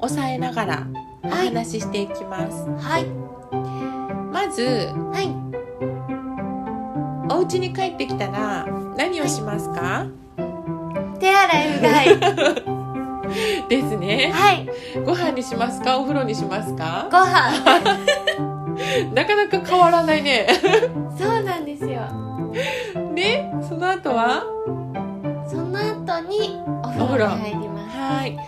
抑えながらおはい話ししていきます、はいまずはいお家に帰ってきたら何をしますか、手洗いうがい ですねはいご飯にしますかお風呂にしますかご飯なかなか変わらないね そうなんですよでその後はその後にお風呂に入りますはい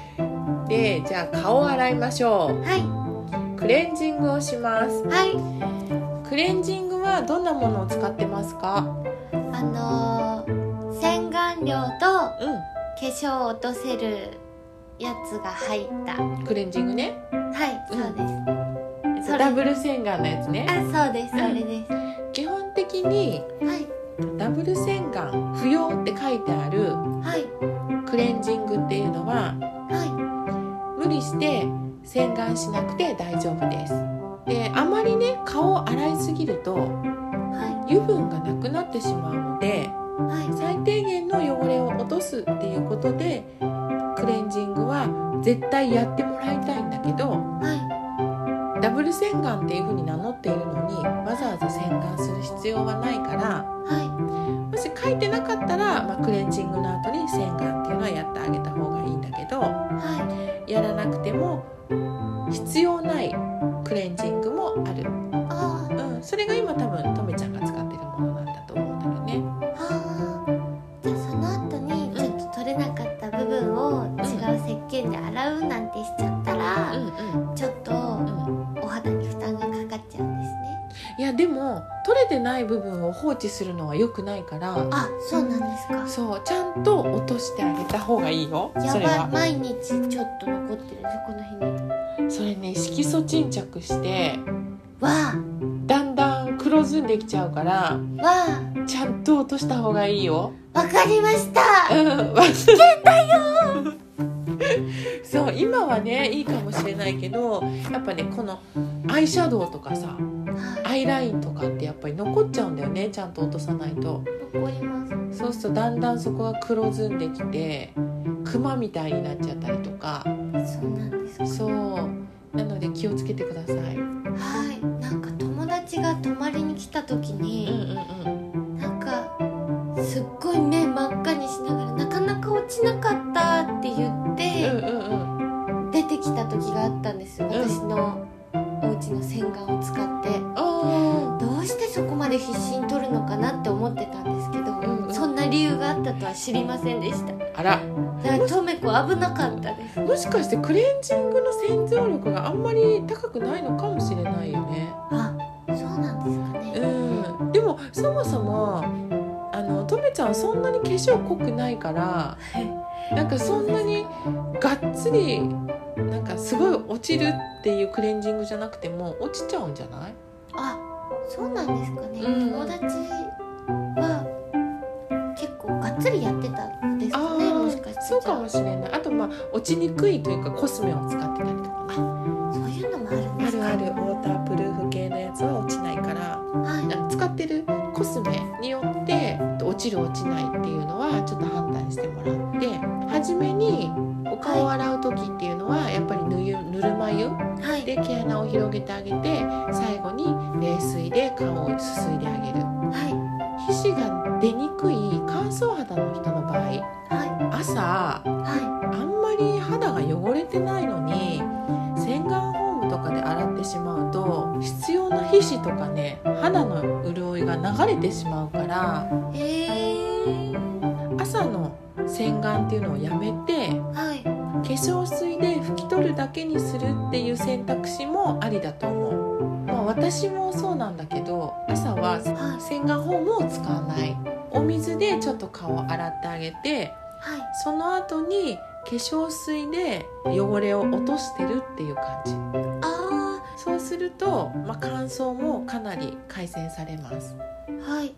でじゃあ顔を洗いましょはいうクレンジングをしますはいクレンジングはどんなものを使ってますかあのー、洗顔料とう化粧を落とせるやつが入ったはんクレンジングねいそううんです、それダブル洗顔のやつねあそうですそれです、基本的にはいダブル洗顔不要って書いてあるはいクレンジングっていうのはは無理して洗顔しなくて大丈夫ですであまりね顔を洗いすぎるとい油分がなくなってしまうのではいはい最低限の汚れを落とすっていうことでクレンジングは絶対やってもらいたいんだけどはいダブル洗顔っていう風に名乗っているのにわざわざ洗顔する必要はないからはもし書いてなかったら、まあ、クレンジングの後に洗顔っていうのはやってあげた方がいいんだけどいはやらなくても必要ないクレンジングもある、いあーうん、それが今多分とめちゃんが使ってるものなんだと思うんだけどねあーじゃあその後にちょっと取れなかった部分を違う石鹸で洗うなんてしちゃったら、うんちょっとうんうんお肌に負担がかかっちゃうんですねいやでも取れてない部分を放置するのは良くないからあそうなんですかそうちゃんと落としてあげた方がいいよやそればいは毎日ちょっと残ってるねこの辺にそれね色素沈着してわだんだん黒ずんできちゃうからあわちゃんと落とした方がいいよあわかりましたうん危険だよ そう今はねいいかもしれないけどやっぱねこのアイシャドウとかさアイラインとかってやっぱり残っちゃうんだよねちゃんと落とさないと残りますそうするとだんだんそこが黒ずんできてクマみたいになっちゃったりとかそうなんですかそうなので気をつけてください、うんはいなんか友達が泊まりに来た時に、ん、なんかすっごい目真っ赤にしながらなかなか落ちなかったって言っうんうんてうん出てきた時があったんですよ私のお家の洗顔を使ってあどうしてそこまで必死に取るのかなって思ってたんですけど、うんうんそんな理由があったとは知りませんでしたーだあらからとめこ危なかったですもしかしてクレンジングの洗浄力があんまり高くないのかもしれないよねあそうなんですかねうんでもそもそもあのとめちゃんそんなに化粧濃くないからなんかそんなにがっつりなんかすごい落ちるっていうクレンジングじゃなくても落ちちゃうんじゃないあそうなんですかね、うん友達は結構がっつりやってたんですかねーもしかしてそうかもしれないあとまあ落ちにくいというかコスメを使ってたりとかねそういうのもあるんであするかあるウォータープルーフ系のやつは落ちないからはいあの使ってるコスメによって落ちる落ちないっていうのはちょっと判断してもらって初めにお顔を洗う時っていうのはやっぱりぬゆぬるま湯はいで毛穴を広げてあげて最後に冷水で顔をすすいであげるは皮脂が出にくい乾燥肌の人の場合いは朝いはあんまり肌が汚れてないのに洗顔フォームとかで洗ってしまうと必要な皮脂とかね肌の潤いが流れてしまうからいえー、朝の洗顔っていうのをやめてはい化粧水で拭き取るだけにするっていう選択肢もありだと思う、まあ、私もそうなんだけど朝ははい洗顔フォームを使わないお水でちょっと顔を洗ってあげてはいその後に化粧水で汚れを落としてるっていう感じあそうすると、まあ、乾燥もかなり改善されますーはい